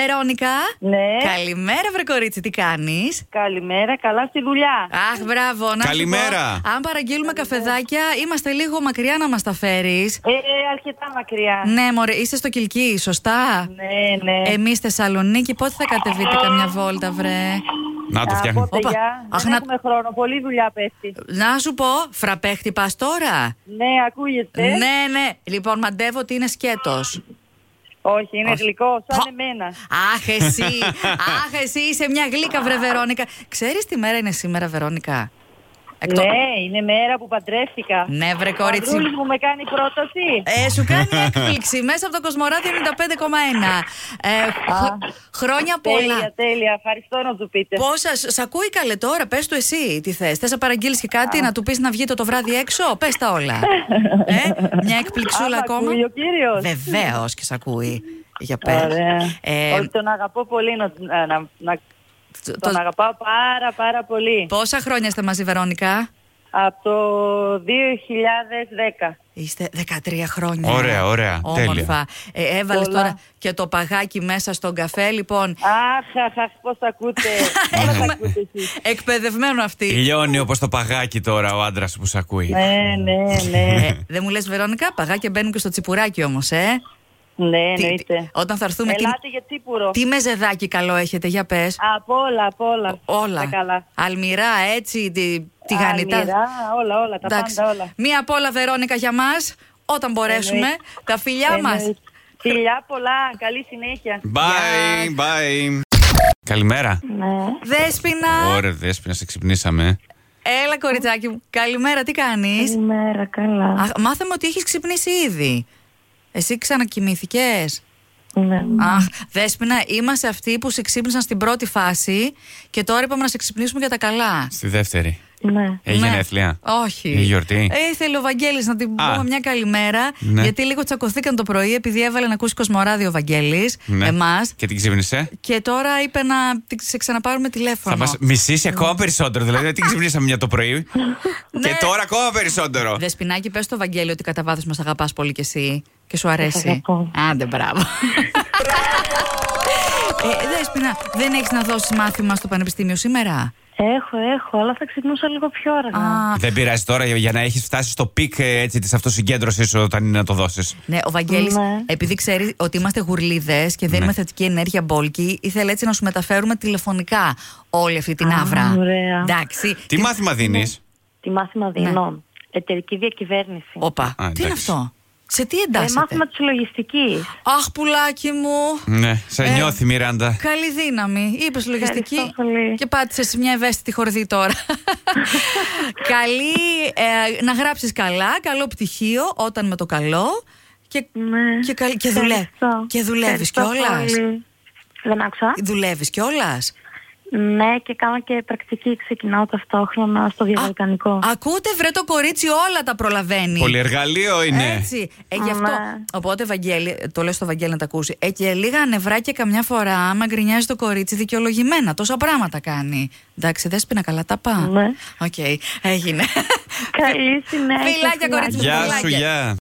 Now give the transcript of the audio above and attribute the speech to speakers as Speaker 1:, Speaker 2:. Speaker 1: Βερόνικα.
Speaker 2: Ναι.
Speaker 1: Καλημέρα, βρε κορίτσι, τι κάνεις.
Speaker 2: Καλημέρα, καλά στη δουλειά.
Speaker 1: Αχ, μπράβο, να σου
Speaker 3: Καλημέρα.
Speaker 1: πω, Αν παραγγείλουμε καφεδάκια, είμαστε λίγο μακριά να μας τα φέρεις.
Speaker 2: Ε, ε, αρκετά μακριά.
Speaker 1: Ναι, μωρέ, είστε στο Κιλκί, σωστά.
Speaker 2: Ναι, ναι.
Speaker 1: Εμείς Θεσσαλονίκη, πότε θα κατεβείτε καμιά βόλτα, βρε.
Speaker 3: Να το
Speaker 2: Α,
Speaker 3: φτιάχνει.
Speaker 2: πότε,
Speaker 1: Όπα.
Speaker 2: για.
Speaker 1: Αχ,
Speaker 2: Δεν
Speaker 1: να-
Speaker 2: έχουμε χρόνο, πολλή δουλειά πέφτει.
Speaker 1: Να σου πω, φραπέχτη πας τώρα.
Speaker 2: Ναι, ακούγεται.
Speaker 1: Ναι, ναι. Λοιπόν, μαντεύω ότι είναι σκέτος.
Speaker 2: Όχι, είναι
Speaker 1: Όχι.
Speaker 2: γλυκό, σαν
Speaker 1: Χα.
Speaker 2: εμένα.
Speaker 1: Αχ, εσύ. Αχ, εσύ είσαι μια γλύκα, βρε Βερόνικα. Ξέρεις τι μέρα είναι σήμερα, Βερόνικα. Εκτό-
Speaker 2: Ναι, είναι μέρα που παντρεύτηκα.
Speaker 1: Ναι, βρε
Speaker 2: Ο
Speaker 1: κορίτσι.
Speaker 2: Ανδρούλης μου με κάνει πρόταση.
Speaker 1: Ε, σου κάνει έκπληξη μέσα από το Κοσμοράδιο 95,1. Ε, χ- χρόνια
Speaker 2: Τέλεια,
Speaker 1: πολλά.
Speaker 2: τέλεια. Ευχαριστώ να του πείτε.
Speaker 1: Πόσα, σ' ακούει καλέ τώρα, πες του εσύ τι θες. Θες να παραγγείλεις και κάτι, να του πεις να βγείτε το βράδυ έξω, πες τα όλα. ε, μια εκπληξούλα
Speaker 2: Α, μ'
Speaker 1: ακόμα.
Speaker 2: ακούει ο κύριος.
Speaker 1: Βεβαίως και σ' ακούει. Για πες.
Speaker 2: Ωραία.
Speaker 1: Ε,
Speaker 2: Όχι, τον αγαπώ πολύ. Να, να- να- να-
Speaker 1: το-
Speaker 2: τον αγαπάω πάρα πάρα πολύ.
Speaker 1: Πόσα χρόνια είστε μαζί, Βερόνικα?
Speaker 2: Από το 2010.
Speaker 1: Είστε 13 χρόνια.
Speaker 3: Ωραία, ωραία,
Speaker 1: Όμορφα.
Speaker 3: τέλεια.
Speaker 1: Ε, Έβαλες
Speaker 2: Πολλά.
Speaker 1: τώρα και το παγάκι μέσα στον καφέ, λοιπόν.
Speaker 2: Αχ, αχ, αχ, πώς τα ακούτε. Όλα τα ακούτε εσείς.
Speaker 1: Εκπαιδευμένο αυτή.
Speaker 3: Λιώνει όπως το παγάκι τώρα ο άντρας που σ' ακούει.
Speaker 2: Ναι, ναι, ναι.
Speaker 1: Ε, δεν μου λες, Βερόνικα, παγάκια μπαίνουν και στο τσιπουράκι όμως, ε.
Speaker 2: ναι,
Speaker 1: Τι-
Speaker 2: εννοείται.
Speaker 1: όταν θα έρθουμε. τι-
Speaker 2: Ελάτε για τσίπουρο.
Speaker 1: Τι μεζεδάκι καλό έχετε, για πες.
Speaker 2: Από όλα, από όλα.
Speaker 1: Όλα.
Speaker 2: Τα καλά.
Speaker 1: Αλμυρά, έτσι, τη, τηγανιτά.
Speaker 2: Αλμυρά, όλα, όλα, τα
Speaker 1: Εντάξει.
Speaker 2: πάντα όλα.
Speaker 1: Μία απ' όλα, Βερόνικα, για μας. Όταν μπορέσουμε.
Speaker 2: Εννοείται.
Speaker 1: Τα φιλιά μα.
Speaker 2: Εννοείται. Ε, ναι. Φιλιά πολλά, καλή συνέχεια.
Speaker 3: Bye, bye. Καλημέρα.
Speaker 1: Δέσπινα.
Speaker 3: Ωραία, δέσπινα, σε ξυπνήσαμε. ε.
Speaker 1: Έλα, κοριτσάκι μου. Καλημέρα, τι κάνεις.
Speaker 4: Καλημέρα, καλά.
Speaker 1: Μάθαμε ότι έχεις ξυπνήσει ήδη. Εσύ ξανακοιμήθηκε.
Speaker 4: Ναι.
Speaker 1: Αχ, Δέσπινα, είμαστε αυτοί που σε ξύπνησαν στην πρώτη φάση και τώρα είπαμε να σε ξυπνήσουμε για τα καλά.
Speaker 3: Στη δεύτερη.
Speaker 4: ναι.
Speaker 3: Έχει
Speaker 1: Ναι.
Speaker 3: γενέθλια.
Speaker 1: Όχι.
Speaker 3: Έχει γιορτή.
Speaker 1: Ε, ήθελε ο Βαγγέλης να την
Speaker 3: Α.
Speaker 1: πούμε μια καλημέρα.
Speaker 3: Ναι.
Speaker 1: Γιατί λίγο τσακωθήκαν το πρωί, επειδή έβαλε να ακούσει Κοσμοράδιο ο Βαγγέλης,
Speaker 3: Ναι.
Speaker 1: εμάς.
Speaker 3: Και την ξύπνησε.
Speaker 1: Και τώρα είπε να τη- σε ξαναπάρουμε
Speaker 3: Θα
Speaker 1: τηλέφωνο.
Speaker 3: μας μισήσει ακόμα περισσότερο. Δηλαδή, την ξυπνήσαμε μια το πρωί.
Speaker 1: Ναι.
Speaker 3: Και τώρα ακόμα περισσότερο.
Speaker 1: Δεσπινάκι, πες στο Βαγγέλη ότι κατά βάθος μας αγαπάς πολύ κι εσύ και σου αρέσει.
Speaker 4: αγαπώ.
Speaker 1: Άντε, μπράβο. ε, Δέσπινα, δεν έχεις να δώσεις μάθημα στο πανεπιστήμιο σήμερα.
Speaker 4: Έχω, έχω, αλλά θα ξυπνούσα λίγο πιο αργά.
Speaker 1: Α,
Speaker 3: Δεν πειράζει τώρα για- για να έχεις φτάσει στο πικ ε, έτσι, της αυτοσυγκέντρωσης όταν είναι να το δώσεις.
Speaker 1: ναι, ο Βαγγέλης
Speaker 4: Ναι.
Speaker 1: επειδή ξέρει ότι είμαστε γουρλίδες και
Speaker 3: Ναι.
Speaker 1: δίνουμε θετική ενέργεια μπόλκι, ήθελε έτσι να σου μεταφέρουμε τηλεφωνικά όλη αυτή την
Speaker 4: Α,
Speaker 1: άβρα.
Speaker 4: ωραία.
Speaker 1: Εντάξει.
Speaker 3: Τι μάθημα
Speaker 1: Ναι.
Speaker 3: δίνει.
Speaker 4: Τη μάθημα δίνω. Εταιρική διακυβέρνηση.
Speaker 1: Όπα,
Speaker 3: Α,
Speaker 1: τι είναι
Speaker 3: εντάξει.
Speaker 1: αυτό. Σε τι
Speaker 4: Ε,
Speaker 1: εντάσσεται.
Speaker 4: μάθημα της λογιστικής.
Speaker 1: Αχ, πουλάκι μου.
Speaker 3: Ναι, σε
Speaker 1: Ε,
Speaker 3: νιώθει Μιράντα.
Speaker 1: Καλή δύναμη. Είπες λογιστική.
Speaker 4: Ευχαριστώ πολύ.
Speaker 1: Και πάτησες σε μια ευαίσθητη χορδή τώρα. Καλή. ε, να γράψεις καλά. Καλό πτυχίο όταν με το καλό. Και,
Speaker 4: Ναι.
Speaker 1: και, καλ- και, δουλε,
Speaker 4: Ευχαριστώ.
Speaker 1: και δουλεύεις
Speaker 4: Ευχαριστώ
Speaker 1: κιόλας.
Speaker 4: πολύ. Δεν άκουσα.
Speaker 1: Δουλεύεις κιόλας.
Speaker 4: Ναι, και κάνω και πρακτική. Ξεκινάω ταυτόχρονα στο διαβαλκανικό.
Speaker 1: Ακούτε, βρε το κορίτσι, όλα τα προλαβαίνει.
Speaker 3: Πολυεργαλείο είναι.
Speaker 1: Έτσι. Ε, γι' αυτό.
Speaker 4: Ναι.
Speaker 1: Οπότε, Βαγγέλη, ε, το λέω στο Βαγγέλη να τα ακούσει. Ε, και λίγα νευράκια καμιά φορά, άμα γκρινιάζει το κορίτσι, δικαιολογημένα. Τόσα πράγματα κάνει. Εντάξει, δέσπινα καλά τα πά.
Speaker 4: Ναι.
Speaker 1: Οκ, έγινε.
Speaker 4: Καλή συνέχεια.
Speaker 1: Φιλάκια, κορίτσι μου,
Speaker 3: Γεια σου,
Speaker 1: Φιλάκια.
Speaker 3: γεια.